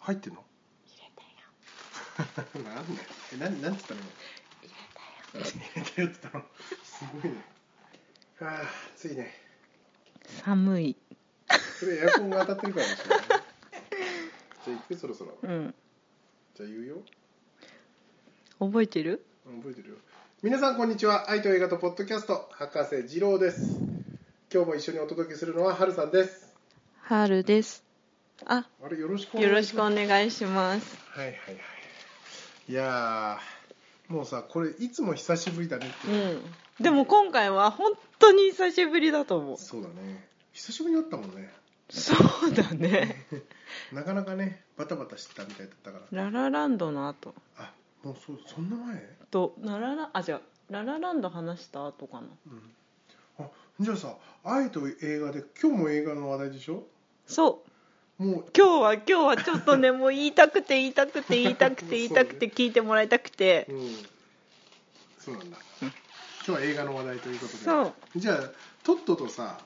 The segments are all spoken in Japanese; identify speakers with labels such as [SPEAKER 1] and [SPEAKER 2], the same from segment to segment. [SPEAKER 1] 入ってんの
[SPEAKER 2] 入れた よ
[SPEAKER 1] なんだよえなんなんつったの今
[SPEAKER 2] 入れたよ
[SPEAKER 1] 入れたよって言ったのすごいねああついね
[SPEAKER 2] 寒い
[SPEAKER 1] それエアコンが当たってるからでしょう ねじゃあ行くそろそろ
[SPEAKER 2] うん
[SPEAKER 1] じゃあ言うよ
[SPEAKER 2] 覚えてる
[SPEAKER 1] うん覚えてるよ皆さんこんにちは愛と映画とポッドキャスト博士二郎です今日も一緒にお届けするのははるさんです
[SPEAKER 2] ハールですあ
[SPEAKER 1] あれよろしくお
[SPEAKER 2] よ
[SPEAKER 1] 願
[SPEAKER 2] ろ
[SPEAKER 1] い
[SPEAKER 2] し
[SPEAKER 1] し
[SPEAKER 2] く
[SPEAKER 1] ま
[SPEAKER 2] お
[SPEAKER 1] す
[SPEAKER 2] 願いします
[SPEAKER 1] はいはいはいいやーもうさこれいつも久しぶりだねって
[SPEAKER 2] う
[SPEAKER 1] いう、
[SPEAKER 2] んでも今回は本当に久しぶりだと思う
[SPEAKER 1] そうだね久しぶりに会ったもんね
[SPEAKER 2] そうだね
[SPEAKER 1] なかなかねバタバタしてたみたいだったから
[SPEAKER 2] ララランドの後
[SPEAKER 1] あもうそうそんな前
[SPEAKER 2] とラララあ違うララランド話した後かな
[SPEAKER 1] うんあじゃあさ愛と映画で今日も映画の話題でしょ
[SPEAKER 2] そう
[SPEAKER 1] もう
[SPEAKER 2] 今日は今日はちょっとねもう言いたくて言いたくて言いたくて言いた くて聞いてもらいたくて
[SPEAKER 1] うんそうなんだ今日は映画の話題ということで
[SPEAKER 2] そう
[SPEAKER 1] じゃあとっととさ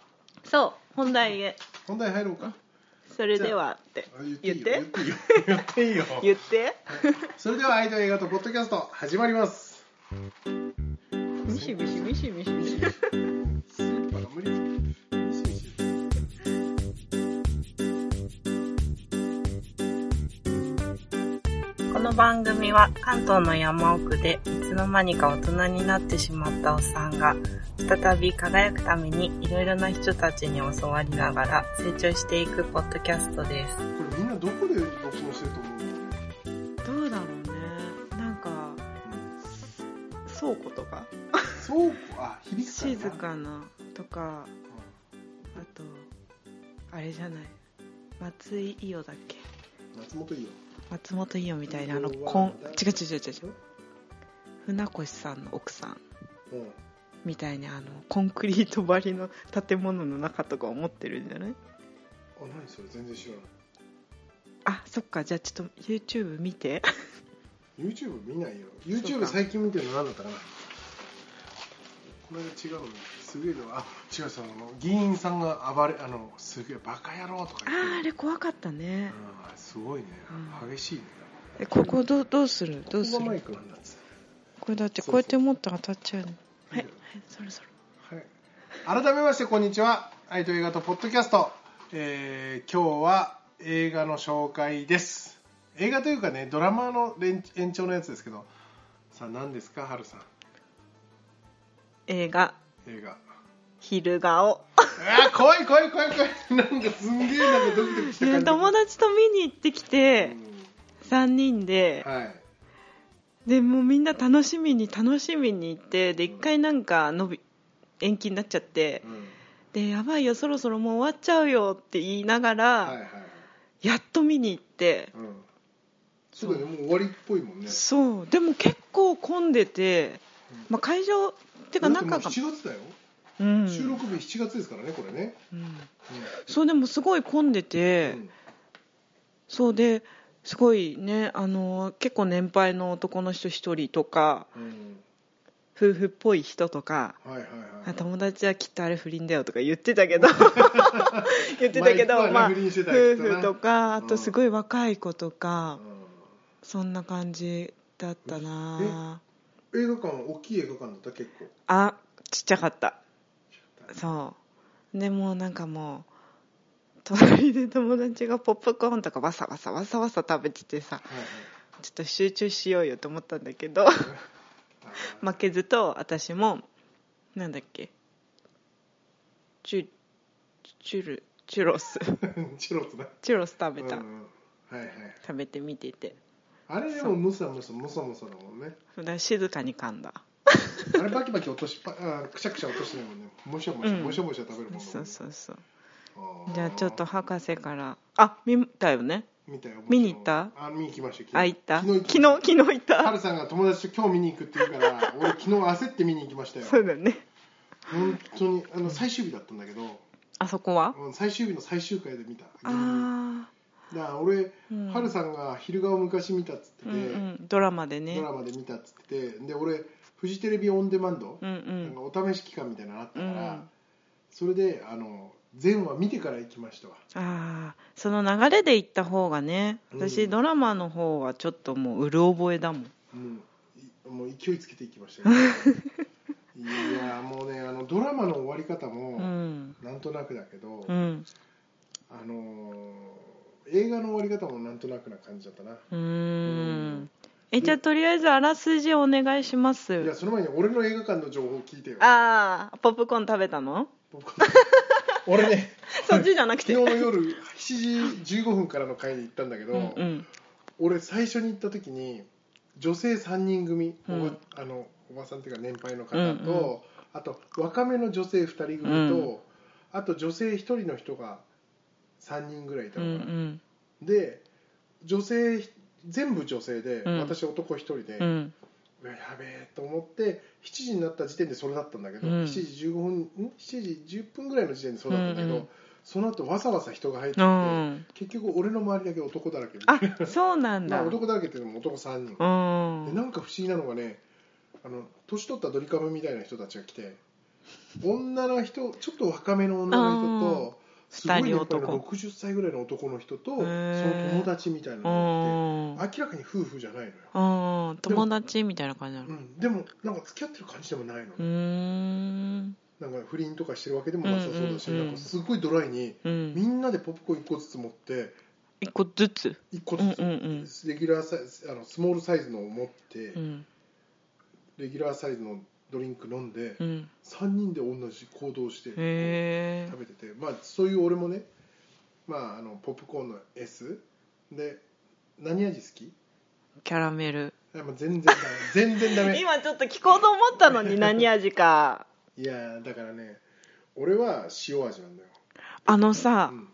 [SPEAKER 2] そう本題へ
[SPEAKER 1] 本題入ろうか
[SPEAKER 2] それではって
[SPEAKER 1] あ言ってい
[SPEAKER 2] 言っ
[SPEAKER 1] いよ
[SPEAKER 2] て
[SPEAKER 1] 言っていいよ言っていい
[SPEAKER 2] 言
[SPEAKER 1] よ
[SPEAKER 2] って
[SPEAKER 1] それでは愛と映画とポッドキャスト始まります
[SPEAKER 2] ミシミシミシミシミシ
[SPEAKER 1] スーパーが無理ミシミシ
[SPEAKER 3] この番組は関東の山奥でいつの間にか大人になってしまったおっさんが再び輝くためにいろいろな人たちに教わりながら成長していくポッドキャストです。
[SPEAKER 1] これみんなどこで録音してると思うんだろうね
[SPEAKER 2] どうだろうねなんか倉庫とか
[SPEAKER 1] そうあ響くからな
[SPEAKER 2] 静かなとかあとあれじゃない松井伊代だっけ
[SPEAKER 1] うん松本いいよ
[SPEAKER 2] 松本伊代みたいなあの
[SPEAKER 1] うわ
[SPEAKER 2] こん
[SPEAKER 1] だ
[SPEAKER 2] 違う違う違う違う船越さんの奥さん
[SPEAKER 1] うん
[SPEAKER 2] みたいにあのコンクリート張りの建物の中とか思ってるんじゃない
[SPEAKER 1] あ何それ全然知らない
[SPEAKER 2] あそっかじゃあちょっと YouTube 見て
[SPEAKER 1] YouTube 見ないよ
[SPEAKER 2] そう
[SPEAKER 1] YouTube
[SPEAKER 2] か
[SPEAKER 1] 最近見てるの何だったかなこの間違うのすげえのあ違うその議員さんが暴れあのすげえバカ野郎とか
[SPEAKER 2] あ
[SPEAKER 1] 言って
[SPEAKER 2] ーあれ怖かったね
[SPEAKER 1] うんすごいね
[SPEAKER 2] う
[SPEAKER 1] 激しいね
[SPEAKER 2] えここどうどうするどうす
[SPEAKER 1] ここがマイ
[SPEAKER 2] る
[SPEAKER 1] クなんだっつっ
[SPEAKER 2] これだってこうやって持ったら当たっちゃうね
[SPEAKER 1] そう
[SPEAKER 2] は
[SPEAKER 1] そう
[SPEAKER 2] いはいそろそろ
[SPEAKER 1] てはい改めましてこんにちは愛と映画とポッドキャスト、えー今日は映画の紹介です映画というかねドラマの連延長のやつですけどさあ何ですかハルさん
[SPEAKER 2] 映画
[SPEAKER 1] 映画
[SPEAKER 2] 「昼顔
[SPEAKER 1] あー怖い怖い怖い怖いなんかすんげえなんかドキドキ」した感じ、
[SPEAKER 2] 友達と見に行ってきて
[SPEAKER 1] う
[SPEAKER 2] 3人で
[SPEAKER 1] んはい
[SPEAKER 2] でもうみんな楽しみに楽しみに行ってで一回なんか伸び延期になっちゃって
[SPEAKER 1] うん
[SPEAKER 2] でやばいよそろそろもう終わっちゃうよって言いながら、
[SPEAKER 1] はいはい
[SPEAKER 2] やっと見に行って
[SPEAKER 1] うんそうだねもう終わりっぽいもんね
[SPEAKER 2] そうでも結構混んでて、
[SPEAKER 1] うん
[SPEAKER 2] まあ、会場っていうか
[SPEAKER 1] だってもう
[SPEAKER 2] 中が、
[SPEAKER 1] 7月だよ、
[SPEAKER 2] うん
[SPEAKER 1] 収録日7月ですからねこれね
[SPEAKER 2] うん
[SPEAKER 1] う
[SPEAKER 2] そうでもすごい混ん
[SPEAKER 1] ん
[SPEAKER 2] でて、
[SPEAKER 1] うん
[SPEAKER 2] そうですごいねあの結構年配の男の人一人とか夫婦っぽい人とか
[SPEAKER 1] はいはい
[SPEAKER 2] あ
[SPEAKER 1] はい
[SPEAKER 2] 友達はきっとあれ不倫だよとか言って たけど言ってたけど、
[SPEAKER 1] ま
[SPEAKER 2] ま
[SPEAKER 1] あ
[SPEAKER 2] あ、
[SPEAKER 1] いつもはね
[SPEAKER 2] 夫
[SPEAKER 1] 不倫してたよきっとね
[SPEAKER 2] 婦とかあ
[SPEAKER 1] う
[SPEAKER 2] と
[SPEAKER 1] ん
[SPEAKER 2] すごい若い子とか、
[SPEAKER 1] う
[SPEAKER 2] そんな感じだったな
[SPEAKER 1] 映画館大きい映画館だった結構
[SPEAKER 2] あちっちゃかったそうでもうなんかもう隣で友達がポップコーンとかわさわさわさわさ食べててさ
[SPEAKER 1] はいはい
[SPEAKER 2] ちょっと集中しようよと思ったんだけど
[SPEAKER 1] あ
[SPEAKER 2] 負けずと私もなんだっけチュチュルチュロス
[SPEAKER 1] ーチュロスだ
[SPEAKER 2] チュロス食べた、
[SPEAKER 1] うんうんはいはい
[SPEAKER 2] 食べて見てて
[SPEAKER 1] あれでもむさむさむさむさだもんね
[SPEAKER 2] だから静かに噛んだ
[SPEAKER 1] あれバキバキ落としっぱあくしゃくしゃ落としてないもんねもしゃもしゃ
[SPEAKER 2] うん
[SPEAKER 1] もしゃもしゃ食べるもんね
[SPEAKER 2] そうそうそう
[SPEAKER 1] あー
[SPEAKER 2] じゃあちょっと博士からあ見たよね
[SPEAKER 1] 見たよ
[SPEAKER 2] 見に行った
[SPEAKER 1] あ見に行きました昨日
[SPEAKER 2] あ行った
[SPEAKER 1] 昨
[SPEAKER 2] 昨
[SPEAKER 1] 日
[SPEAKER 2] 日
[SPEAKER 1] 行っ
[SPEAKER 2] 昨日行った
[SPEAKER 1] ハ
[SPEAKER 2] た
[SPEAKER 1] ルさんが友達と今日見に行くって言うから俺昨日焦って見に行きましたよ
[SPEAKER 2] そうだね
[SPEAKER 1] 本当にあの最終日だったんだけど
[SPEAKER 2] あそこは
[SPEAKER 1] うん最終日の最終回で見た
[SPEAKER 2] あ
[SPEAKER 1] だから俺、
[SPEAKER 2] うん
[SPEAKER 1] ハルさんが「昼顔昔見た」っつって
[SPEAKER 2] あ
[SPEAKER 1] て、
[SPEAKER 2] うんうんドラマでね
[SPEAKER 1] ドラマで見たっつっててで俺フジテレビオンデマンド、
[SPEAKER 2] うんう
[SPEAKER 1] なん
[SPEAKER 2] ん
[SPEAKER 1] かお試し期間みたいなのあったから、
[SPEAKER 2] うん
[SPEAKER 1] それであの全話見てから行きましたわ
[SPEAKER 2] ああその流れで行った方がね私、
[SPEAKER 1] うん
[SPEAKER 2] ドラマの方はちょっともううる覚えだもん
[SPEAKER 1] もういもう勢いつけていきま したよいやーもうねあのドラマの終わり方も、
[SPEAKER 2] うん
[SPEAKER 1] なんとなくだけど、
[SPEAKER 2] うん
[SPEAKER 1] あのー映画の終わり方もなんとなくな感じだったな、
[SPEAKER 2] うー
[SPEAKER 1] ん
[SPEAKER 2] んえじゃあとりあえずあらすじお願いしま
[SPEAKER 1] いや
[SPEAKER 2] す
[SPEAKER 1] その前に俺の映画館の情報を聞いてよ
[SPEAKER 2] ああポップコーン食べた の
[SPEAKER 1] 僕俺ね
[SPEAKER 2] そっちじゃなくて
[SPEAKER 1] 昨日の夜7時15分からの会に行ったんだけど、
[SPEAKER 2] うんうん
[SPEAKER 1] 俺最初に行った時に女性3人組、おば
[SPEAKER 2] うん
[SPEAKER 1] あのおばさんっていうか年配の方と、
[SPEAKER 2] うんうん
[SPEAKER 1] あと若めの女性2人組と、
[SPEAKER 2] うん
[SPEAKER 1] あと女性1人の人が3人ぐらいいた
[SPEAKER 2] う
[SPEAKER 1] の
[SPEAKER 2] んう
[SPEAKER 1] かな、
[SPEAKER 2] ん
[SPEAKER 1] で女性ひ全部女性で、
[SPEAKER 2] うん
[SPEAKER 1] 私男1人で、
[SPEAKER 2] うん
[SPEAKER 1] うわやべえと思って7時になった時点でそれだったんだけど、
[SPEAKER 2] うん
[SPEAKER 1] 7時15分ん7時10分ぐらいの時点でそうだったんだけど、
[SPEAKER 2] うんうん
[SPEAKER 1] その後わさわさ人が入ってき
[SPEAKER 2] う
[SPEAKER 1] て、
[SPEAKER 2] ん
[SPEAKER 1] 結局俺の周りだけ男だらけで
[SPEAKER 2] あそうなん
[SPEAKER 1] ま
[SPEAKER 2] だ
[SPEAKER 1] あ、
[SPEAKER 2] う
[SPEAKER 1] 男だらけっていうのも男3人、で
[SPEAKER 2] ん
[SPEAKER 1] なんか不思議なのがねあの年取ったドリカムみたいな人たちが来て女の人ちょっと若めの女の人とすごい、ね、
[SPEAKER 2] 二人
[SPEAKER 1] やっぱり
[SPEAKER 2] 男
[SPEAKER 1] 60歳ぐらいの男の人とその
[SPEAKER 2] ー
[SPEAKER 1] 友達みたいな
[SPEAKER 2] う
[SPEAKER 1] の
[SPEAKER 2] ん
[SPEAKER 1] がいて明らかに夫婦じゃないのよ、
[SPEAKER 2] うん友達みたいな感じなの
[SPEAKER 1] うん、でもなんか付き合ってる感じでもないの、
[SPEAKER 2] うーん
[SPEAKER 1] なんか不倫とかしてるわけでもなさそうだし、
[SPEAKER 2] うんうんうん
[SPEAKER 1] なんかすごいドライに
[SPEAKER 2] うん
[SPEAKER 1] みんなでポップコーン1個ずつ持って
[SPEAKER 2] 一個ずつ
[SPEAKER 1] 1個
[SPEAKER 2] うん
[SPEAKER 1] ず
[SPEAKER 2] うんうん
[SPEAKER 1] つレギュラーサイズあのスモールサイズのを持って、
[SPEAKER 2] うん
[SPEAKER 1] レギュラーサイズのドリンク飲んで、
[SPEAKER 2] うん
[SPEAKER 1] 3人で同じ行動して食べ
[SPEAKER 2] へえ
[SPEAKER 1] てて、まあ、そういう俺もね、まあ、あのポップコーンの S で何味好き
[SPEAKER 2] キャラメル
[SPEAKER 1] あまあ全然 ダメ全然ダメ
[SPEAKER 2] 今ちょっと聞こうと思ったのに何味か
[SPEAKER 1] いやーだからね俺は塩味なんだよ
[SPEAKER 2] あのさ
[SPEAKER 1] うん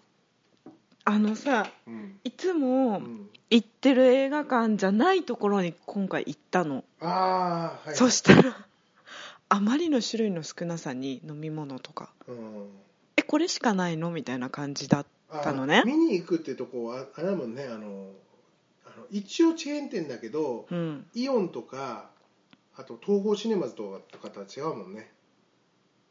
[SPEAKER 2] あのさ
[SPEAKER 1] うん
[SPEAKER 2] いつ
[SPEAKER 1] う
[SPEAKER 2] も
[SPEAKER 1] ん
[SPEAKER 2] 行ってる映画館じゃないところに今回行ったの、
[SPEAKER 1] ああはい
[SPEAKER 2] そしたらあまりの種類の少なさに飲み物とか
[SPEAKER 1] うん
[SPEAKER 2] えこれしかないのみたいな感じだ
[SPEAKER 1] あ
[SPEAKER 2] たのね
[SPEAKER 1] 見に行くってとこはあれだもんねあのあの一応チェーン店だけど、
[SPEAKER 2] うん
[SPEAKER 1] イオンとかあと東宝シネマズとかとかとは違うもんね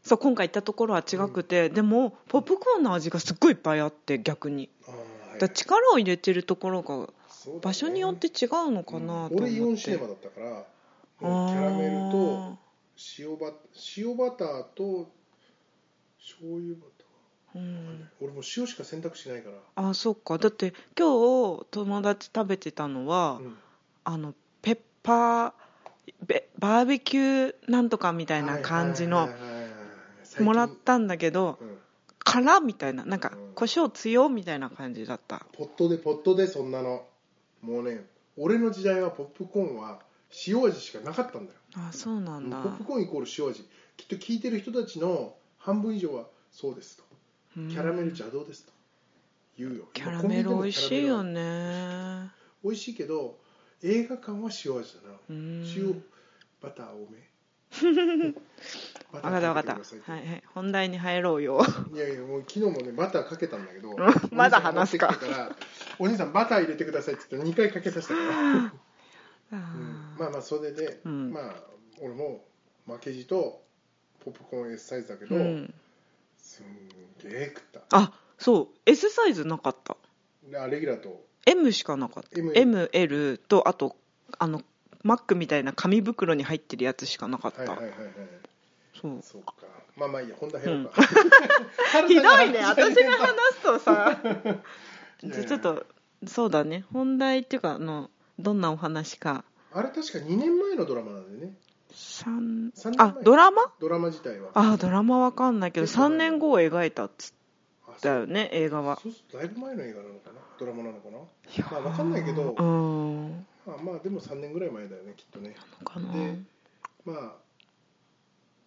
[SPEAKER 2] そう今回行ったところは違くて、でもポップコーンの味がすっごいいっぱいあって逆に
[SPEAKER 1] あーはいはい
[SPEAKER 2] だから力を入れてるところが
[SPEAKER 1] そうだね
[SPEAKER 2] 場所によって違うのかなと思って、
[SPEAKER 1] 俺イオンシネマだったからもうキャラメルと塩バ塩バターと醤油バタ
[SPEAKER 2] あー、う
[SPEAKER 1] ー、
[SPEAKER 2] ん、
[SPEAKER 1] 俺もう塩しか選択肢ないから、
[SPEAKER 2] あそっかだって今日友達食べてたのは、
[SPEAKER 1] うん
[SPEAKER 2] あのペッパーベバーベキューなんとかみたいな感じ
[SPEAKER 1] はい
[SPEAKER 2] の
[SPEAKER 1] はいはいはい最近
[SPEAKER 2] もらったんだけど
[SPEAKER 1] うん
[SPEAKER 2] 辛みたいななんか
[SPEAKER 1] うん
[SPEAKER 2] 胡椒強みたいな感じだった
[SPEAKER 1] ポットでポットでそんなのもうね俺の時代はポップコーンは塩味しかなかったんだよ
[SPEAKER 2] あそうなんだ
[SPEAKER 1] ポップコーンイコール塩味きっと聞いてる人たちの半分以上はそうですと
[SPEAKER 2] うん
[SPEAKER 1] キャラメル邪道ですと言うよ
[SPEAKER 2] キャラメル美味しいよ
[SPEAKER 1] ね
[SPEAKER 2] ね
[SPEAKER 1] 美味しいけど映画館は塩味だな、
[SPEAKER 2] うん
[SPEAKER 1] 塩バター多めバ
[SPEAKER 2] 分かった分かった
[SPEAKER 1] かけてくださ
[SPEAKER 2] はいいはい本題に入ろうよ
[SPEAKER 1] いやいやもう昨日もねバターかけたんだけど
[SPEAKER 2] まだ話すか
[SPEAKER 1] お兄さん持ってきてからお兄さんバター入れてくださいって言って2回かけさせた から
[SPEAKER 2] あー
[SPEAKER 1] うんまあまあそれで、
[SPEAKER 2] うん
[SPEAKER 1] まあ俺も負けじとポップコーン S サイズだけど、
[SPEAKER 2] うん
[SPEAKER 1] すんげえ食った
[SPEAKER 2] あそう S サイズなかった
[SPEAKER 1] であレギュラーと
[SPEAKER 2] M しかなかった
[SPEAKER 1] M
[SPEAKER 2] ML とあとあのマックみたいな紙袋に入ってるやつしかなかった、
[SPEAKER 1] はいはいはいはい
[SPEAKER 2] そう
[SPEAKER 1] そうかまあまあいいや本題入 ろうか、
[SPEAKER 2] ひどい ね
[SPEAKER 1] はる
[SPEAKER 2] 私
[SPEAKER 1] さん
[SPEAKER 2] が話すとさ
[SPEAKER 1] いや
[SPEAKER 2] じゃあちょっとそうだね本題っていうかあのどんなお話か
[SPEAKER 1] あれ確か2年前のドラマなんでね
[SPEAKER 2] 三
[SPEAKER 1] 三年前
[SPEAKER 2] あドラマ
[SPEAKER 1] ドラマ自体は
[SPEAKER 2] あドラマわかんないけど3年後を描いたっつっ
[SPEAKER 1] あ
[SPEAKER 2] たよね映画は
[SPEAKER 1] そうするとだいぶ前の映画なのかなドラマなのかな
[SPEAKER 2] や
[SPEAKER 1] まあわかんないけど
[SPEAKER 2] うーん
[SPEAKER 1] まあまあでも3年ぐらい前だよねきっとね
[SPEAKER 2] のかな
[SPEAKER 1] でまあ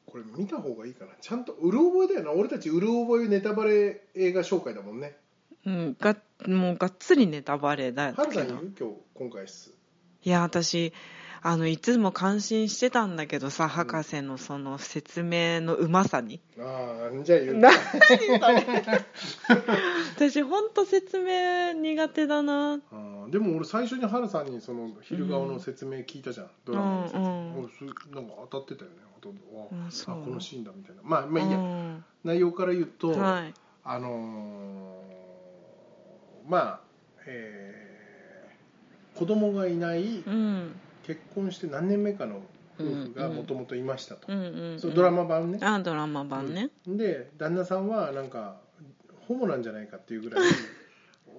[SPEAKER 1] これ見た方がいいかなちゃんとうる覚えだよな俺たちうる覚えネタバレ映画紹介だもんね
[SPEAKER 2] うんがもうがっつりネタバレだ
[SPEAKER 1] はるさ
[SPEAKER 2] け
[SPEAKER 1] んいる
[SPEAKER 2] ど
[SPEAKER 1] 今日今回す
[SPEAKER 2] いや私あのいつも感心してたんだけどさ博士のその説明のうまさに
[SPEAKER 1] ああじゃあ言う
[SPEAKER 2] 何それ私本当説明苦手だな
[SPEAKER 1] あーでも俺最初にハルさんにその昼顔の説明聞いたじゃん、ドラマの説明、
[SPEAKER 2] うんうん
[SPEAKER 1] 俺すなんか当たってたよねほとんどあ
[SPEAKER 2] うんそう
[SPEAKER 1] あこのシーンだみたいなまあまあいいや、
[SPEAKER 2] うん
[SPEAKER 1] 内容から言うと、
[SPEAKER 2] はい
[SPEAKER 1] あのーまあ、えー子供がいない
[SPEAKER 2] うん
[SPEAKER 1] 結婚して何年目かの夫婦が
[SPEAKER 2] うんうん
[SPEAKER 1] もともといましたと、
[SPEAKER 2] うんうんうん
[SPEAKER 1] そのドラマ版ね、
[SPEAKER 2] あドラマ版ね、
[SPEAKER 1] で旦那さんはなんかホモなんじゃないかっていうぐらい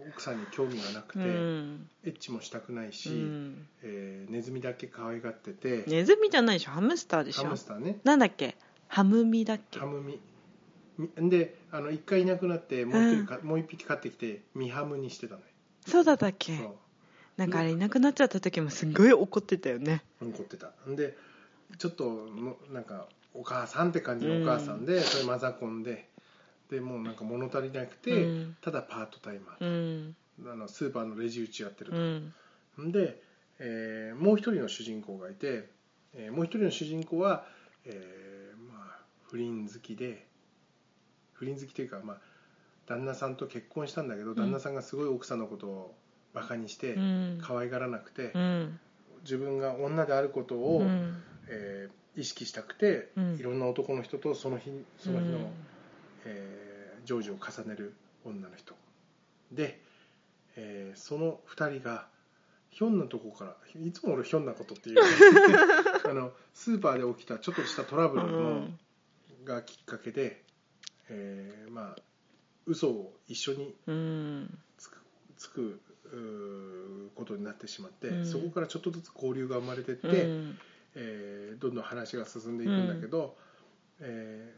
[SPEAKER 1] 奥さんに興味がなく
[SPEAKER 2] う
[SPEAKER 1] て、
[SPEAKER 2] ん
[SPEAKER 1] エッチもしたくないし、
[SPEAKER 2] うん
[SPEAKER 1] えーネズミだけ可愛がってて、
[SPEAKER 2] ネズミじゃないでしょハムスターでし
[SPEAKER 1] ハ
[SPEAKER 2] ょ
[SPEAKER 1] ムスターね
[SPEAKER 2] なんだっけハムミだっけ
[SPEAKER 1] ハムミみであの一回いなくなってもう一人か、もう一匹飼ってきてミハムにしてたのよ
[SPEAKER 2] そうだったっけ
[SPEAKER 1] そ
[SPEAKER 2] なんかあれいなくなっちゃった時もすごい怒ってたよね
[SPEAKER 1] う怒ってたんでちょっとのなんかお母さんって感じのお母さんで、それマザコンででもうなんか物足りなくて、
[SPEAKER 2] うん
[SPEAKER 1] ただパートタイマ
[SPEAKER 2] う
[SPEAKER 1] ー、
[SPEAKER 2] ん
[SPEAKER 1] あのスーパーのレジ打ちやってる
[SPEAKER 2] う
[SPEAKER 1] と、
[SPEAKER 2] ん
[SPEAKER 1] で、えーもう一人の主人公がいて、えーもう一人の主人公は、えーまあ、不倫好きで不倫好きというか、まあ、旦那さんと結婚したんだけど、
[SPEAKER 2] ん
[SPEAKER 1] 旦那さんがすごい奥さんのことをバカにして、
[SPEAKER 2] うん
[SPEAKER 1] 可愛がらなくて、
[SPEAKER 2] うん
[SPEAKER 1] 自分が女であることを、
[SPEAKER 2] うん
[SPEAKER 1] えー意識したくて、
[SPEAKER 2] うん
[SPEAKER 1] いろんな男の人とその日その日の、えー、成就を重ねる女の人で、えーその2人がひょんなとこからいつも俺ひょんなこと っていうあのスーパーで起きたちょっとしたトラブルの、
[SPEAKER 2] うん
[SPEAKER 1] がきっかけで、えーまあ嘘を一緒に
[SPEAKER 2] うん
[SPEAKER 1] つくつくうーことになってしまって、
[SPEAKER 2] うん
[SPEAKER 1] そこからちょっとずつ交流が生まれてって、
[SPEAKER 2] うん
[SPEAKER 1] えーどんどん話が進んでいくんだけど、え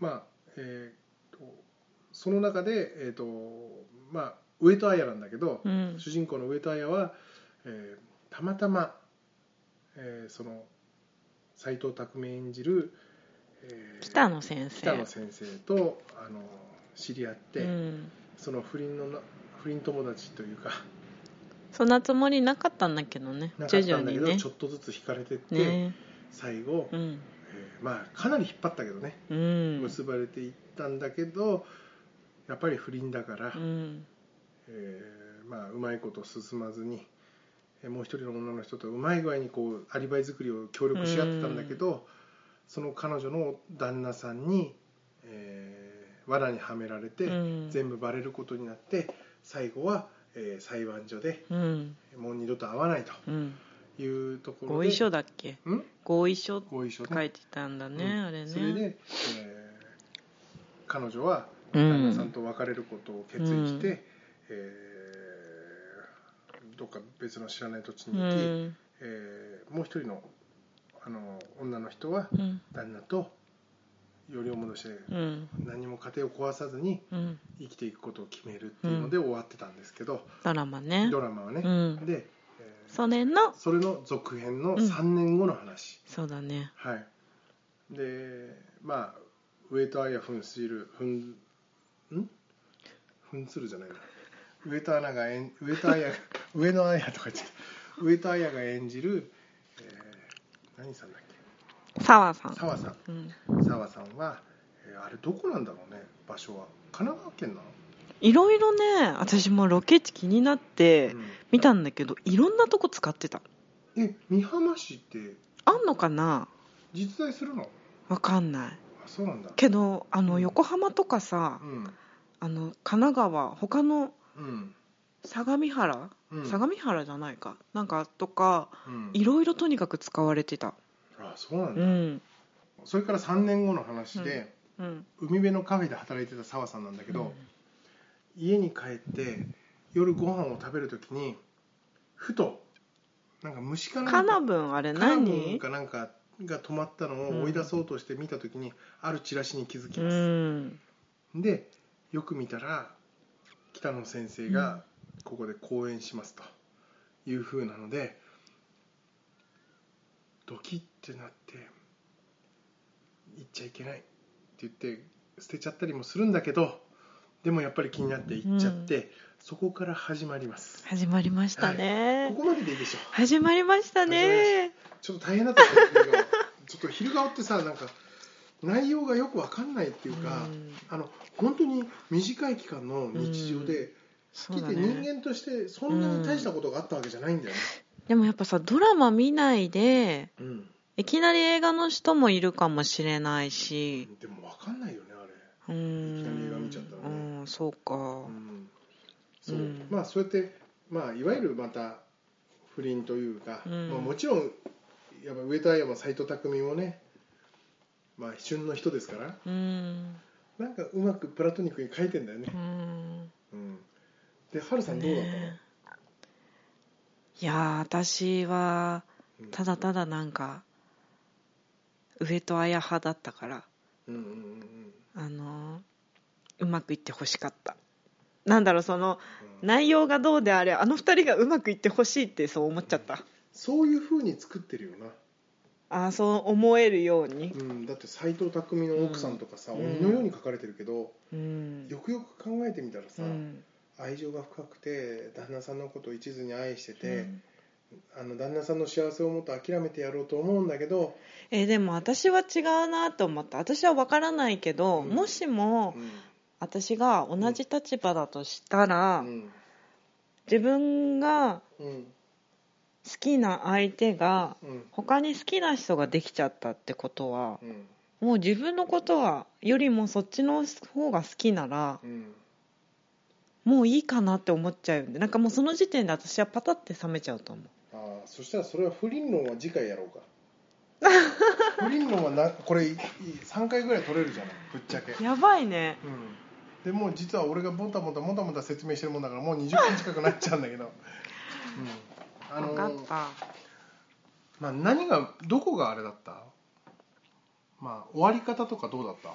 [SPEAKER 1] ーまあ、えーとその中で、えーとまあ、上戸彩なんだけど、
[SPEAKER 2] うん
[SPEAKER 1] 主人公の上戸彩は、えーたまたま、えーその斎藤工演じる、えー
[SPEAKER 2] 北野先生
[SPEAKER 1] 北野先生とあの知り合って、
[SPEAKER 2] うん、
[SPEAKER 1] その不倫のな不倫友達というか
[SPEAKER 2] そんなつもりなかったんだけどね
[SPEAKER 1] なか
[SPEAKER 2] 徐
[SPEAKER 1] った
[SPEAKER 2] 々
[SPEAKER 1] んだけ
[SPEAKER 2] に
[SPEAKER 1] ど、
[SPEAKER 2] ね
[SPEAKER 1] ちょっとずつ惹かれてって、
[SPEAKER 2] ね
[SPEAKER 1] 最後。
[SPEAKER 2] うん
[SPEAKER 1] えーまあかなり引っ張ったけどね
[SPEAKER 2] うん
[SPEAKER 1] 結ばれていったんだけどやっぱり不倫だから、
[SPEAKER 2] うん
[SPEAKER 1] えーまあ、うまいこと進まずにえーもう一人の女の人とうまい具合にこうアリバイ作りを協力し合ってたんだけど、その彼女の旦那さんに、えー罠にはめられて、
[SPEAKER 2] うん
[SPEAKER 1] 全部バレることになって最後は、えー裁判所で
[SPEAKER 2] うん
[SPEAKER 1] もう二度と会わないと
[SPEAKER 2] うん
[SPEAKER 1] いうところで
[SPEAKER 2] 合意書だっけ
[SPEAKER 1] ん
[SPEAKER 2] 合意書って
[SPEAKER 1] 合意書ね
[SPEAKER 2] 書いてたんだね、
[SPEAKER 1] うん
[SPEAKER 2] あれね
[SPEAKER 1] それで、えー彼女は
[SPEAKER 2] うん
[SPEAKER 1] 旦那さんと別れることを決意して、
[SPEAKER 2] うん
[SPEAKER 1] えーどっか別の知らない土地
[SPEAKER 2] う
[SPEAKER 1] に行き、
[SPEAKER 2] ん
[SPEAKER 1] えーもう一人のあの女の人は
[SPEAKER 2] うん
[SPEAKER 1] 旦那とよりを戻して
[SPEAKER 2] うん
[SPEAKER 1] 何も家庭を壊さずに
[SPEAKER 2] うん
[SPEAKER 1] 生きていくことを決めるっていうので終わってたんですけど、
[SPEAKER 2] ドラマね
[SPEAKER 1] ドラマはね。
[SPEAKER 2] うん
[SPEAKER 1] で、えー
[SPEAKER 2] それの
[SPEAKER 1] それの続編の
[SPEAKER 2] うん
[SPEAKER 1] 3年後の話。
[SPEAKER 2] そうだね
[SPEAKER 1] はい、でまあ上戸彩扮する扮ん扮するじゃないな上戸彩が演上戸彩が上野彩とか言っちゃった上戸彩が演じる、えー何さんだっ
[SPEAKER 2] 澤さ
[SPEAKER 1] け
[SPEAKER 2] ん
[SPEAKER 1] 澤さん
[SPEAKER 2] うん、
[SPEAKER 1] 澤さんは、えーあれどこなんだろうね場所は神奈川県ない
[SPEAKER 2] ろいろね私もロケ地気になって
[SPEAKER 1] の、
[SPEAKER 2] 見たんだけどいろんなとこ使ってた
[SPEAKER 1] うん、え美浜市って
[SPEAKER 2] あんのかな
[SPEAKER 1] 実在するの
[SPEAKER 2] わかんない
[SPEAKER 1] あそうなんだ
[SPEAKER 2] けどあ
[SPEAKER 1] う
[SPEAKER 2] の
[SPEAKER 1] ん
[SPEAKER 2] 横浜とかさ、
[SPEAKER 1] うん
[SPEAKER 2] あの神奈川他の
[SPEAKER 1] うん
[SPEAKER 2] 相模原、
[SPEAKER 1] うん
[SPEAKER 2] 相模原じゃないかなんかとか
[SPEAKER 1] うん
[SPEAKER 2] いろいろとにかく使われてた
[SPEAKER 1] あそうなん
[SPEAKER 2] う
[SPEAKER 1] だ、
[SPEAKER 2] ん
[SPEAKER 1] それから3年後の話で、
[SPEAKER 2] うん
[SPEAKER 1] 海辺のカフェで働いてた澤さんなんだけど、
[SPEAKER 2] うん
[SPEAKER 1] 家に帰って夜ご飯を食べるときにふとなんか虫かなん
[SPEAKER 2] カ
[SPEAKER 1] か
[SPEAKER 2] ナブンあれ
[SPEAKER 1] カナブン
[SPEAKER 2] 何
[SPEAKER 1] かなんかが止まったのを追い出そうとして見たときに、あるチラシに気づき
[SPEAKER 2] う
[SPEAKER 1] ます、
[SPEAKER 2] ん
[SPEAKER 1] でよく見たら北野先生がここで講演しますというふうなのでドキッてなって行っちゃいけないって言って捨てちゃったりもするんだけどでもやっぱり気になって行っちゃって、そこから始まります
[SPEAKER 2] 始まりましたね、
[SPEAKER 1] ここまででいいでしょ
[SPEAKER 2] 始まりましたね
[SPEAKER 1] ちょっと大変だったんですけど ちょっと昼顔ってさなんか内容がよくわかんないっていうか、
[SPEAKER 2] うん
[SPEAKER 1] あの本当に短い期間の日常で、
[SPEAKER 2] そうだ
[SPEAKER 1] 来て人
[SPEAKER 2] ね
[SPEAKER 1] 間としてそんなに大したことがあったわけじゃないんだよね、
[SPEAKER 2] でもやっぱさドラマ見ないで
[SPEAKER 1] うん
[SPEAKER 2] いきなり映画の人もいるかもしれないし
[SPEAKER 1] でもわかんないよねあれ
[SPEAKER 2] うー
[SPEAKER 1] いきなり映
[SPEAKER 2] そうか
[SPEAKER 1] うんそう
[SPEAKER 2] うん
[SPEAKER 1] まあそうやって、まあ、いわゆるまた不倫というか、
[SPEAKER 2] うん
[SPEAKER 1] まあ、もちろんやっぱ上戸彩も斎藤工もね、まあ、旬の人ですから
[SPEAKER 2] うん
[SPEAKER 1] なんかうまくプラトニックに書いてんだよね
[SPEAKER 2] う、ん
[SPEAKER 1] うん、でハルさんどうだったの、
[SPEAKER 2] ねいやー私は
[SPEAKER 1] うん
[SPEAKER 2] ただただなんか上戸彩派だったから
[SPEAKER 1] うんうんうん
[SPEAKER 2] あのーうまくいってほしかったなんだろうその
[SPEAKER 1] うん
[SPEAKER 2] 内容がどうであれあの二人がうまくいってほしいってそう思っちゃった
[SPEAKER 1] そういうふうに作ってるよな、
[SPEAKER 2] ああそう思えるように
[SPEAKER 1] うん、だって斎藤工の奥さんとかさ、
[SPEAKER 2] うん
[SPEAKER 1] 鬼のように書かれてるけど、
[SPEAKER 2] うん
[SPEAKER 1] よくよく考えてみたらさ、
[SPEAKER 2] うん
[SPEAKER 1] 愛情が深くて旦那さんのことを一途に愛してて、
[SPEAKER 2] うん
[SPEAKER 1] あの旦那さんの幸せをもっと諦めてやろうと思うんだけど、
[SPEAKER 2] えーでも私は違うなと思った私は分からないけど、
[SPEAKER 1] うん
[SPEAKER 2] もしも
[SPEAKER 1] うん
[SPEAKER 2] 私が同じ立場だとしたら、
[SPEAKER 1] うん
[SPEAKER 2] 自分が
[SPEAKER 1] うん
[SPEAKER 2] 好きな相手が
[SPEAKER 1] うん
[SPEAKER 2] 他に好きな人ができちゃったってことは
[SPEAKER 1] うん
[SPEAKER 2] もう自分のことはよりもそっちの方が好きなら
[SPEAKER 1] うん
[SPEAKER 2] もういいかなって思っちゃうんでなんかもうその時点で私はパタって冷めちゃうと思う
[SPEAKER 1] ああそしたらそれは不倫論は次回やろ うか不倫論はなこれ3回ぐらい取れるじゃないぶっちゃけ、うん、
[SPEAKER 2] やばいね
[SPEAKER 1] でもう実は俺がボタボタボタボタ説明してるもんだからもう20分近くなっちゃうんだけど、うん、あの
[SPEAKER 2] 分かった
[SPEAKER 1] まあ、何がどこがあれだったまあ終わり方とかどうだった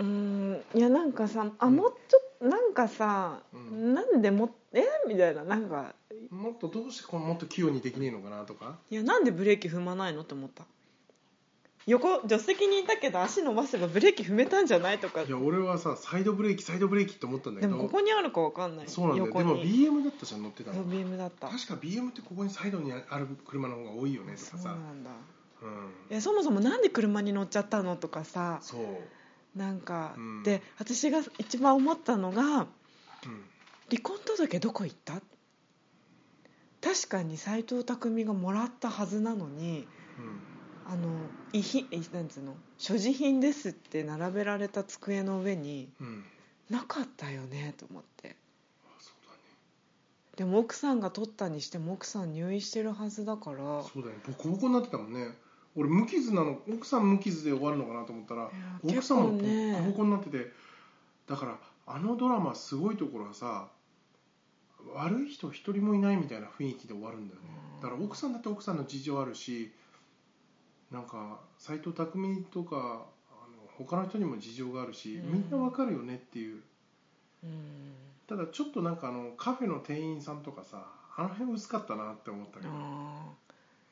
[SPEAKER 2] うーんいやなんかさあ
[SPEAKER 1] ん
[SPEAKER 2] もうちょっとなんかさ、
[SPEAKER 1] うん
[SPEAKER 2] なんでもえみたいななんか
[SPEAKER 1] もっとどうしてこうもっと器用にできねえのかなとか
[SPEAKER 2] いやなんでブレーキ踏まないのと思った横助手席にいたけど足伸ばせばブレーキ踏めたんじゃないとか
[SPEAKER 1] いや俺はさサイドブレーキサイドブレーキって思ったんだけ
[SPEAKER 2] で
[SPEAKER 1] ど
[SPEAKER 2] もここにあるかわかんない
[SPEAKER 1] そうなんだよ
[SPEAKER 2] 横
[SPEAKER 1] で
[SPEAKER 2] に
[SPEAKER 1] も BM だったじゃん乗ってた
[SPEAKER 2] そ
[SPEAKER 1] の
[SPEAKER 2] う BM だった
[SPEAKER 1] 確か BM ってここにサイドにある車の方が多いよねと
[SPEAKER 2] そ
[SPEAKER 1] か
[SPEAKER 2] う
[SPEAKER 1] さ
[SPEAKER 2] なんだ
[SPEAKER 1] うん
[SPEAKER 2] いやそもそもなんで車に乗っちゃったのとかさ
[SPEAKER 1] そう、
[SPEAKER 2] なんか、
[SPEAKER 1] うん
[SPEAKER 2] で私が一番思ったのが
[SPEAKER 1] うん、
[SPEAKER 2] 離婚届どこ行った確かに斎藤工がもらったはずなのにあの遺品えなんつうの所持品ですって並べられた机の上に
[SPEAKER 1] うんうん
[SPEAKER 2] なかったよねと思って
[SPEAKER 1] あそうだね
[SPEAKER 2] でも奥さんが取ったにしても奥さん入院してるはずだから
[SPEAKER 1] そうだねボコボコになってたもんね俺無傷なの奥さん無傷で終わるのかなと思ったら
[SPEAKER 2] いや
[SPEAKER 1] 奥さんもボ
[SPEAKER 2] 結構ね
[SPEAKER 1] コボコになっててだからあのドラマすごいところはさ悪い人一人もいないみたいな雰囲気で終わるんだよね
[SPEAKER 2] うん
[SPEAKER 1] だから奥さんだって奥さんの事情あるしなんか斎藤工とかあの他の人にも事情があるし
[SPEAKER 2] うん
[SPEAKER 1] みんなわかるよねっていう
[SPEAKER 2] うん
[SPEAKER 1] ただちょっとなんかあのカフェの店員さんとかさあの辺薄かったなって思ったけど
[SPEAKER 2] あ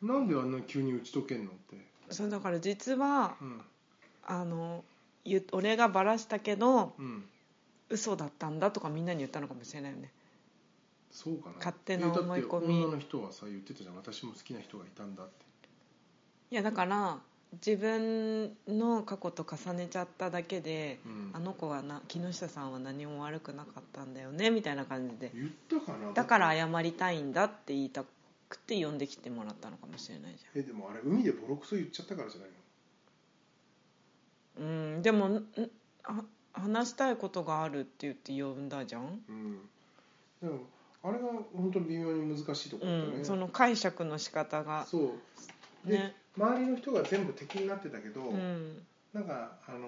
[SPEAKER 1] なんであんな急に打ち解けんのって
[SPEAKER 2] ーそうだから実は
[SPEAKER 1] うん
[SPEAKER 2] あのゆ俺がバラしたけど
[SPEAKER 1] うん
[SPEAKER 2] 嘘だったんだとかみんなに言ったのかもしれないよね
[SPEAKER 1] そうかな
[SPEAKER 2] 勝手な思
[SPEAKER 1] えだっ
[SPEAKER 2] い込み
[SPEAKER 1] て女の人はさ言ってたじゃん私も好きな人がいたんだって
[SPEAKER 2] いやだから自分の過去と重ねちゃっただけで
[SPEAKER 1] うん
[SPEAKER 2] あの子はな木下さんは何も悪くなかったんだよねみたいな感じで
[SPEAKER 1] 言ったかな
[SPEAKER 2] だから謝りたいんだって言いたくて呼んできてもらったのかもしれないじ
[SPEAKER 1] えでもあれ海でボロクソ言っちゃったからじゃないの
[SPEAKER 2] ゃんうんでもんんあ話したいことがあるって言って呼んだじゃん、
[SPEAKER 1] うんでもあれが本当に微妙に難しいとこ
[SPEAKER 2] う
[SPEAKER 1] ろだったね、
[SPEAKER 2] ん、その解釈の仕方が
[SPEAKER 1] そうで、
[SPEAKER 2] ね
[SPEAKER 1] 周りの人が全部敵になってたけど、
[SPEAKER 2] うん
[SPEAKER 1] なんかあの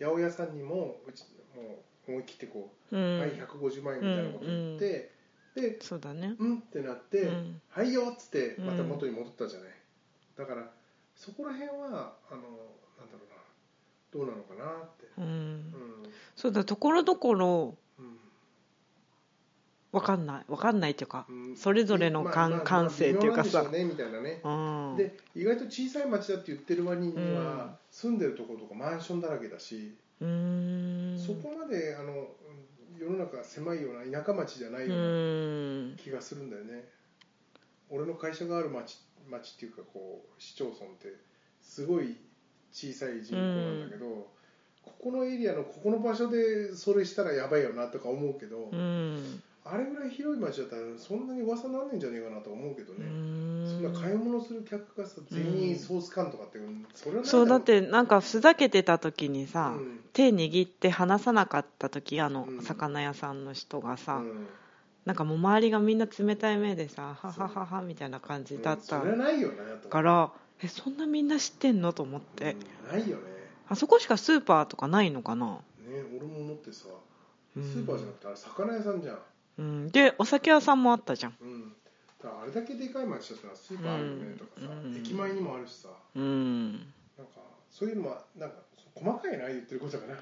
[SPEAKER 1] ー八百屋さんにもうちもう思い切ってこ
[SPEAKER 2] う
[SPEAKER 1] う、はい
[SPEAKER 2] ん
[SPEAKER 1] 150万円みたいなこと言って、で
[SPEAKER 2] そうだね
[SPEAKER 1] うんってなって、
[SPEAKER 2] うん
[SPEAKER 1] はいよっつって
[SPEAKER 2] うん
[SPEAKER 1] また元に戻ったじゃない、だからそこら辺はあのなんだろうなどうなのかなって
[SPEAKER 2] う
[SPEAKER 1] うんん
[SPEAKER 2] そうだところどころ
[SPEAKER 1] うん
[SPEAKER 2] わかんないわかんないっていうか
[SPEAKER 1] うん
[SPEAKER 2] それぞれの
[SPEAKER 1] まあ
[SPEAKER 2] 感
[SPEAKER 1] まあ
[SPEAKER 2] 感性っていうかさ
[SPEAKER 1] 微妙なんでしょうねみたいなね
[SPEAKER 2] うん
[SPEAKER 1] で意外と小さい町だって言ってる割には、
[SPEAKER 2] うん
[SPEAKER 1] 住んでるところとかマンションだらけだし、
[SPEAKER 2] うーん
[SPEAKER 1] そこまであのうん世の中狭いような田舎町じゃな
[SPEAKER 2] う
[SPEAKER 1] いような
[SPEAKER 2] ーん
[SPEAKER 1] 気がするんだよね、俺の会社がある町町っていうかこう市町村ってすごい小さい人口なんだけど、ここのエリアのここの場所でそれしたらやばいよなとか思うけど、
[SPEAKER 2] うん
[SPEAKER 1] あれぐらい広い町だったらそんなに噂なんねえんじゃねえかなと思うけど
[SPEAKER 2] う
[SPEAKER 1] ね、そん
[SPEAKER 2] ー
[SPEAKER 1] なん買い物する客がさ全員ソース缶とかって、それはないろ
[SPEAKER 2] そうだってなんかふざけてた時に
[SPEAKER 1] う
[SPEAKER 2] さ、
[SPEAKER 1] ん
[SPEAKER 2] 手握って離さなかった時あの
[SPEAKER 1] うん
[SPEAKER 2] 魚屋さんの人がさ、
[SPEAKER 1] うん
[SPEAKER 2] なんかもう周りがみんな冷たい目でさ
[SPEAKER 1] そう
[SPEAKER 2] ははははみたいな感じだっ
[SPEAKER 1] う
[SPEAKER 2] た
[SPEAKER 1] んそれはないよねと
[SPEAKER 2] か
[SPEAKER 1] っ
[SPEAKER 2] らえそんなみんな知ってんのと思って、
[SPEAKER 1] ないよね
[SPEAKER 2] あそこしかスーパーとかないのかな
[SPEAKER 1] ね俺も思ってさス
[SPEAKER 2] うん
[SPEAKER 1] ーパーじゃなくてあれ魚屋さんじゃん、
[SPEAKER 2] うん、でお酒屋さんもあったじゃん
[SPEAKER 1] うん、だからあれだけでかい町だったらスーパーあるよねとかさ、
[SPEAKER 2] うん
[SPEAKER 1] 駅前にもあるしさ
[SPEAKER 2] うん
[SPEAKER 1] なんかそういうのはなんか細かいな言ってることかな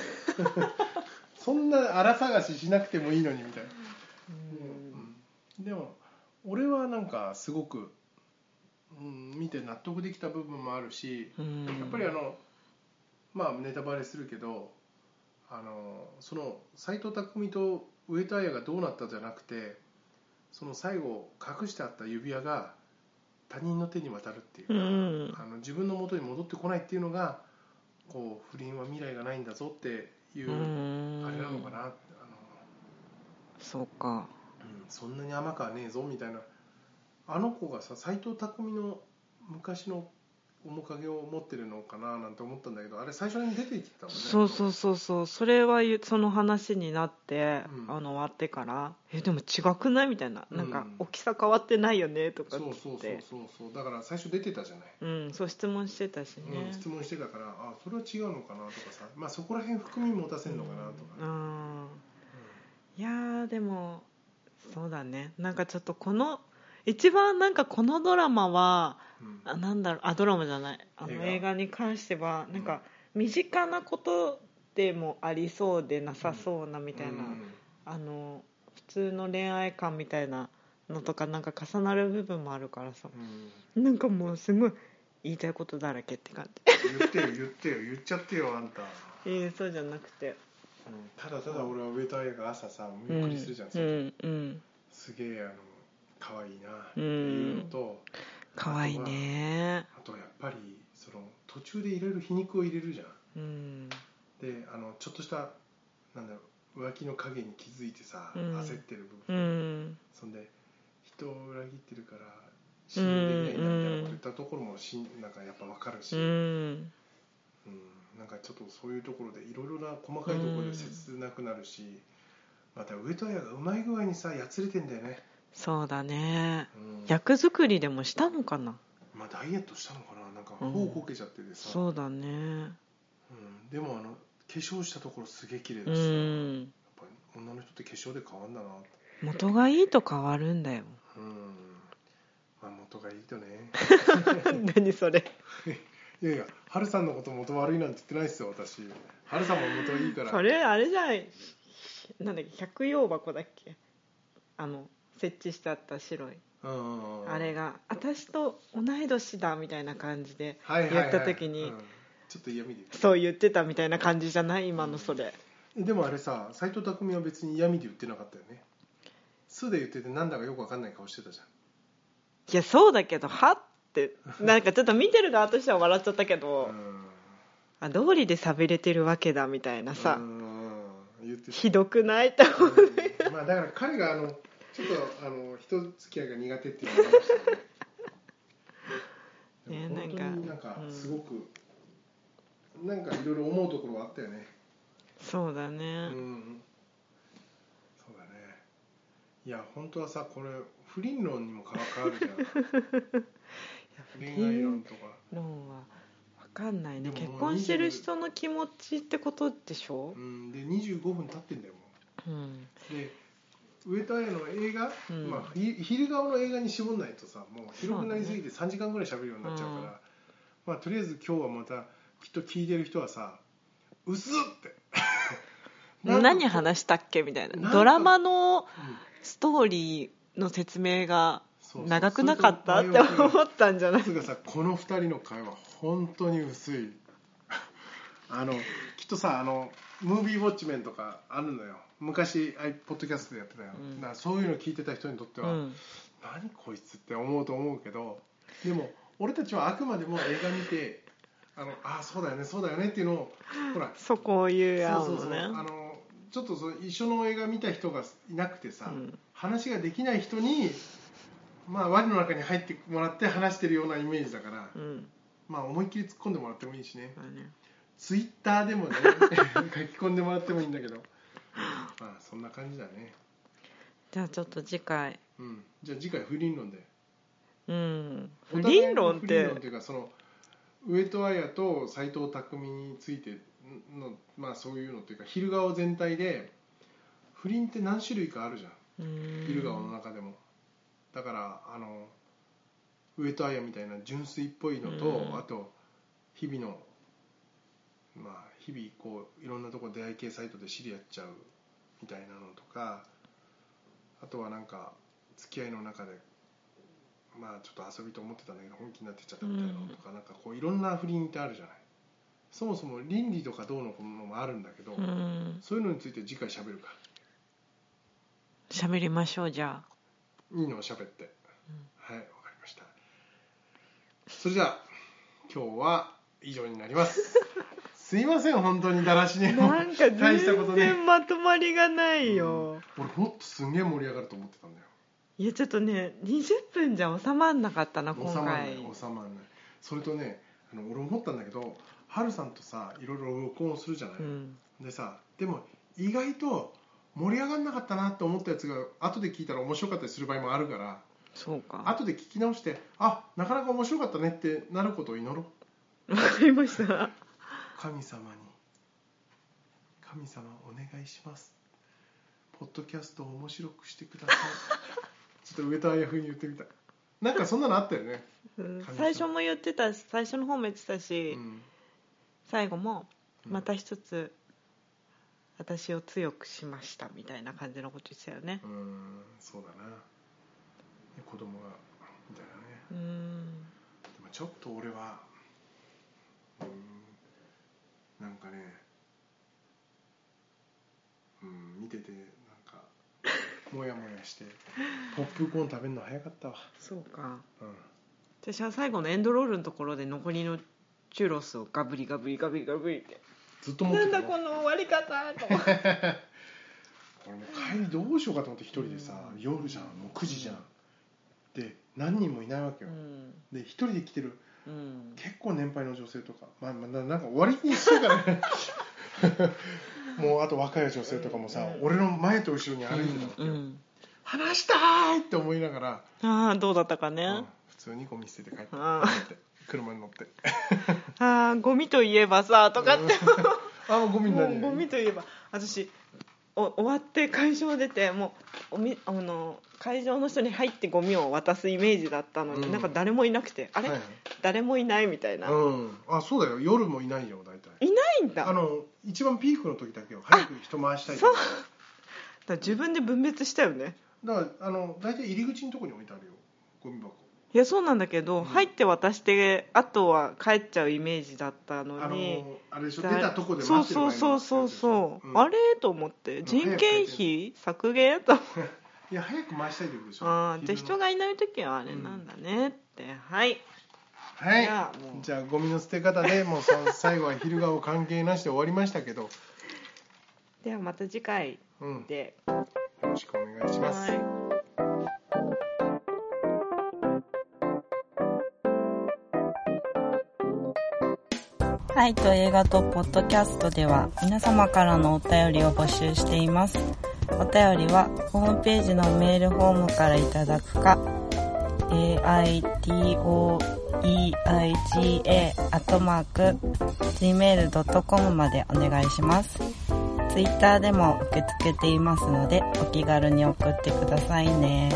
[SPEAKER 1] そんな荒探ししなくてもいいのにみたいな、うんでも俺はなんかすごく、うん、見て納得できた部分もあるし
[SPEAKER 2] うん
[SPEAKER 1] やっぱりあのまあネタバレするけどあのその斎藤工と上戸彩がどうなったじゃなくてその最後隠してあった指輪が他人の手に渡るっていう
[SPEAKER 2] う
[SPEAKER 1] か、
[SPEAKER 2] ん
[SPEAKER 1] あの自分の元に戻ってこないっていうのがこう不倫は未来がないんだぞっていう、
[SPEAKER 2] うん
[SPEAKER 1] あれなのかなあの、
[SPEAKER 2] そうか
[SPEAKER 1] うんそんなに甘くはねえぞみたいなあの子がさ斎藤工の昔の面影を持ってるのかななんて思ったんだけどあれ最初に出てきてたもんね
[SPEAKER 2] そうそうそうそうそれはゆその話になって、
[SPEAKER 1] うん
[SPEAKER 2] あの終わってから「えでも違くない?」みたいな「なん
[SPEAKER 1] う
[SPEAKER 2] か
[SPEAKER 1] ん
[SPEAKER 2] 大きさ変わってないよね」とか
[SPEAKER 1] そ
[SPEAKER 2] っ
[SPEAKER 1] う
[SPEAKER 2] て
[SPEAKER 1] そうそうそうそうだから最初出てたじゃない、
[SPEAKER 2] うん、そう質問してたし
[SPEAKER 1] うん
[SPEAKER 2] ね、
[SPEAKER 1] 質問してたからあそれは違うのかなとかさまあそこら辺含み持たせるのかなと
[SPEAKER 2] う
[SPEAKER 1] か、
[SPEAKER 2] んいやーでもそうだねなんかちょっとこの一番なんかこのドラマは
[SPEAKER 1] うん
[SPEAKER 2] あなんだろうあドラマじゃないあの
[SPEAKER 1] 映
[SPEAKER 2] 映
[SPEAKER 1] 画
[SPEAKER 2] 画に関してはなんか身近なことでもありそうでなさそうなみたいな、
[SPEAKER 1] うん
[SPEAKER 2] あの普通の恋愛観みたいなのとかなんか重なる部分もあるからさ
[SPEAKER 1] うん
[SPEAKER 2] なんかもうすごい言いたいことだらけって感じ
[SPEAKER 1] 言ってよ言ってよ言っちゃってよあんた、
[SPEAKER 2] ええそうじゃなくて
[SPEAKER 1] ただただ俺は上戸彩が朝さゆっくりするじゃん、
[SPEAKER 2] うんうんうん
[SPEAKER 1] すげえあの可愛いなって
[SPEAKER 2] うん
[SPEAKER 1] いうのと、
[SPEAKER 2] かわいいね
[SPEAKER 1] あとやっぱりその途中でいろいろ皮肉を入れるじゃん
[SPEAKER 2] うん
[SPEAKER 1] であのちょっとしたなんだろう浮気の影に気づいてさ、
[SPEAKER 2] うん
[SPEAKER 1] 焦ってる部分、
[SPEAKER 2] うん
[SPEAKER 1] そんで人を裏切ってるから信用できないんだみたいなこと言ったところもしんなんかやっぱ分かるし、
[SPEAKER 2] う
[SPEAKER 1] うん
[SPEAKER 2] ん
[SPEAKER 1] なんかちょっとそういうところでいろいろな細かいところで切なくなるし、また上戸彩がうまい具合にさやつれてんだよね、
[SPEAKER 2] そうだね
[SPEAKER 1] うん
[SPEAKER 2] 役作りでもしたのかな
[SPEAKER 1] まあ、ダイエットしたのかななんか
[SPEAKER 2] うん
[SPEAKER 1] 頬をこけちゃっててさ、
[SPEAKER 2] そうだね
[SPEAKER 1] うんでもあの化粧したところすげえ綺麗
[SPEAKER 2] う
[SPEAKER 1] だし、やっ
[SPEAKER 2] ん
[SPEAKER 1] ぱり女の人って化粧で変わんだなって
[SPEAKER 2] 元がいいと変わるんだよ
[SPEAKER 1] うんまあ元がいいとね
[SPEAKER 2] 何それ
[SPEAKER 1] いやいやハルさんのこと元悪いなんて言ってないですよ私ハルさんも元いいから
[SPEAKER 2] それあれじゃないなんだっけ百葉箱だっけあの設置してあった白い
[SPEAKER 1] うんうんうん
[SPEAKER 2] あれが私と同い年だみたいな感じで
[SPEAKER 1] はいはいはい
[SPEAKER 2] やった時に
[SPEAKER 1] うんちょっと嫌味で
[SPEAKER 2] そう言ってたみたいな感じじゃない今のそれ
[SPEAKER 1] 言うでもあれさ斎藤工は別に嫌味で言ってなかったよね素で言っててなんだかよくわかんない顔してたじゃん
[SPEAKER 2] いやそうだけどはってなんかちょっと見てる側としては笑っちゃったけど
[SPEAKER 1] うん
[SPEAKER 2] あ道理で寂れてるわけだみたいなさ
[SPEAKER 1] うんうんうん言ってた
[SPEAKER 2] ひどくないと思う
[SPEAKER 1] うんまあだから彼があのちょっとあの人付き合いが苦手っていうのがありましたよね。で
[SPEAKER 2] ね
[SPEAKER 1] も本当にな
[SPEAKER 2] なんんか
[SPEAKER 1] か
[SPEAKER 2] うん
[SPEAKER 1] すごく、なんかいろいろ思うところはあったよね。
[SPEAKER 2] そうだ
[SPEAKER 1] う
[SPEAKER 2] ね
[SPEAKER 1] ん。そうだね。いや本当はさこれ不倫論にも関わるじゃん。 恋愛論とか。
[SPEAKER 2] ローンは分かんないね
[SPEAKER 1] で
[SPEAKER 2] 結
[SPEAKER 1] ももう
[SPEAKER 2] 婚してる人の気持ちってことでしょ
[SPEAKER 1] うん。で25分経ってんだよも
[SPEAKER 2] うん
[SPEAKER 1] う。で上田彩の映画、
[SPEAKER 2] うん
[SPEAKER 1] まあひ昼顔の映画に絞んないとさもう広くなりすぎて3時間ぐらい喋るようになっちゃうから
[SPEAKER 2] うん
[SPEAKER 1] まあとりあえず今日はまたきっと聞いてる人はさ「薄っ!」ってなんか
[SPEAKER 2] 何話したっけみたい
[SPEAKER 1] なん
[SPEAKER 2] な
[SPEAKER 1] か
[SPEAKER 2] ドラマ
[SPEAKER 1] う
[SPEAKER 2] の
[SPEAKER 1] ん
[SPEAKER 2] ストーリーの説明が
[SPEAKER 1] そうそう
[SPEAKER 2] 長くなかったって思ったんじゃない
[SPEAKER 1] つうかさこの2人の会話本当に薄い あのきっとさあのムービーウォッチメンとかあるのよ昔あいポッドキャストでやってたよ、
[SPEAKER 2] うん
[SPEAKER 1] だからそういうの聞いてた人にとって
[SPEAKER 2] う
[SPEAKER 1] は、
[SPEAKER 2] ん
[SPEAKER 1] 何こいつって思うと思うけどでも俺たちはあくまでも映画見てあのあそうだよねそうだよねっていうのをほら
[SPEAKER 2] そこを言うや
[SPEAKER 1] そう
[SPEAKER 2] も
[SPEAKER 1] そうそう、
[SPEAKER 2] ね
[SPEAKER 1] あのちょっとその一緒の映画見た人がいなくてさ、
[SPEAKER 2] うん
[SPEAKER 1] 話ができない人に、まあ、輪の中に入ってもらって話してるようなイメージだから、
[SPEAKER 2] うん
[SPEAKER 1] まあ、思いっきり突っ込んでもらってもいいしね
[SPEAKER 2] まあね
[SPEAKER 1] ツイッターで もね書き込んでもらってもいいんだけどまあそんな感じだね、
[SPEAKER 2] じゃあちょっと次回
[SPEAKER 1] うん、じゃあ次回不倫論で
[SPEAKER 2] うん
[SPEAKER 1] お
[SPEAKER 2] 不
[SPEAKER 1] 互い
[SPEAKER 2] 倫論っ
[SPEAKER 1] 不倫
[SPEAKER 2] て
[SPEAKER 1] 論というかその上戸彩と斎藤工についてのまあそういうのというか昼顔全体で不倫って何種類かあるじゃん
[SPEAKER 2] うん
[SPEAKER 1] 昼顔の中でも、だからあの上戸彩みたいな純粋っぽいのと、
[SPEAKER 2] うん
[SPEAKER 1] あと日々のまあ日々こういろんなとこ出会い系サイトで知り合っちゃうみたいなのとかあとはなんか付き合いの中でまあちょっと遊びと思ってたんだけど本気になってっちゃったみたいなのとか、なんかこういろんな不倫ってあるじゃないそもそも倫理とかどうのこうのもあるんだけど、
[SPEAKER 2] うん
[SPEAKER 1] そういうのについて次回喋るか
[SPEAKER 2] 喋りましょうじゃあ
[SPEAKER 1] いいのを喋って、はいわかりましたそれじゃあ今日は以上になります すいません本当にだらしね
[SPEAKER 2] なんか
[SPEAKER 1] 大したこと
[SPEAKER 2] 全
[SPEAKER 1] ね
[SPEAKER 2] 然まとまりがないよ、
[SPEAKER 1] 俺もっとすんげえ盛り上がると思ってたんだよ
[SPEAKER 2] いやちょっとね20分じゃ収まんなかったな今
[SPEAKER 1] 収まんない
[SPEAKER 2] 回
[SPEAKER 1] 収まんないそれとねあの俺思ったんだけどハルさんとさいろいろ録音するじゃない、
[SPEAKER 2] うん
[SPEAKER 1] でさでも意外と盛り上がんなかったなって思ったやつが後で聞いたら面白かったりする場合もあるから
[SPEAKER 2] そうか
[SPEAKER 1] 後で聞き直してあなかなか面白かったねってなることを祈ろう
[SPEAKER 2] わかりました
[SPEAKER 1] 神様に「神様お願いします」「ポッドキャストを面白くしてく ださい」ちょっと上田彩風に言ってみたなんかそんなのあったよね、
[SPEAKER 2] うん
[SPEAKER 1] 神様
[SPEAKER 2] 最初も言ってたし最初の方も言ってた
[SPEAKER 1] う
[SPEAKER 2] し、
[SPEAKER 1] ん、
[SPEAKER 2] 最後も
[SPEAKER 1] うん
[SPEAKER 2] また一つ私を強くしましたみたいな感じのこと言ってたよね
[SPEAKER 1] うーんそうだなで子供がみたいなね
[SPEAKER 2] うん
[SPEAKER 1] でもちょっと俺はうーんなんかねうん見ててなんかモヤモヤしてポップコーン食べるの早かったわ
[SPEAKER 2] そうか
[SPEAKER 1] うん
[SPEAKER 2] 私は最後のエンドロールのところで残りのチュロスをガブリガブリガブリガブリって
[SPEAKER 1] ずっと持って
[SPEAKER 2] なん
[SPEAKER 1] た
[SPEAKER 2] だ
[SPEAKER 1] よ
[SPEAKER 2] この終わり方と思って
[SPEAKER 1] 俺も帰りどうしようかと思って一人でさ、
[SPEAKER 2] うん
[SPEAKER 1] 夜じゃんもう9時じゃん、で何人もいないわけ
[SPEAKER 2] う
[SPEAKER 1] よ、
[SPEAKER 2] ん
[SPEAKER 1] で一人で来てる
[SPEAKER 2] うん
[SPEAKER 1] 結構年配の女性とかまあまあななんか終わりにしてから ねもうあと若い女性とかもさ、
[SPEAKER 2] うん
[SPEAKER 1] 俺の前と後ろに歩いてたわけ
[SPEAKER 2] う
[SPEAKER 1] よ、
[SPEAKER 2] ん
[SPEAKER 1] 話したーいって思いながら、
[SPEAKER 2] ああどうだったかね、
[SPEAKER 1] うん普通にゴミ捨てて帰って
[SPEAKER 2] あ
[SPEAKER 1] 車に乗って
[SPEAKER 2] あああゴミといえばさとかって
[SPEAKER 1] あもうゴミに
[SPEAKER 2] も
[SPEAKER 1] なる
[SPEAKER 2] うゴミといえば私お終わって会場出てもうおみあの会場の人に入ってゴミを渡すイメージだったのに、
[SPEAKER 1] うん
[SPEAKER 2] なんか誰もいなくてあれ、
[SPEAKER 1] はい
[SPEAKER 2] 誰もいないみたいな、い
[SPEAKER 1] うんあそうだよ夜もいないよ大体
[SPEAKER 2] ないんだ
[SPEAKER 1] あの一番ピークの時だけよ早く人回したい
[SPEAKER 2] そうだから自分で分別したよね
[SPEAKER 1] だからあの大体入り口のとこに置いてあるよゴミ箱
[SPEAKER 2] いやそうなんだけど、
[SPEAKER 1] うん
[SPEAKER 2] 入って渡してあとは帰っちゃうイメージだった
[SPEAKER 1] あ
[SPEAKER 2] のに
[SPEAKER 1] のあれでしょ出た
[SPEAKER 2] だ
[SPEAKER 1] とこで待ってる
[SPEAKER 2] そうそうそうそうそう、あれと思って
[SPEAKER 1] ん
[SPEAKER 2] 人件費削減と思って
[SPEAKER 1] いや早く回したいってことでしょ
[SPEAKER 2] あーじゃ
[SPEAKER 1] 昼
[SPEAKER 2] あ人
[SPEAKER 1] の
[SPEAKER 2] がいない時はあれなんだねって、はい
[SPEAKER 1] はい
[SPEAKER 2] じゃあもう
[SPEAKER 1] じゃあゴミの捨て方でもうさ最後は昼顔関係なしで終わりましたけど
[SPEAKER 2] ではまた次回
[SPEAKER 1] うんよ
[SPEAKER 2] で、
[SPEAKER 1] ろしくお願いします
[SPEAKER 2] はい
[SPEAKER 3] はいと映画とポッドキャストでは皆様からのお便りを募集しています。お便りはホームページのメールフォームからいただくか、aitoeiga.gmail.com までお願いします。ツイッターでも受け付けていますのでお気軽に送ってくださいね。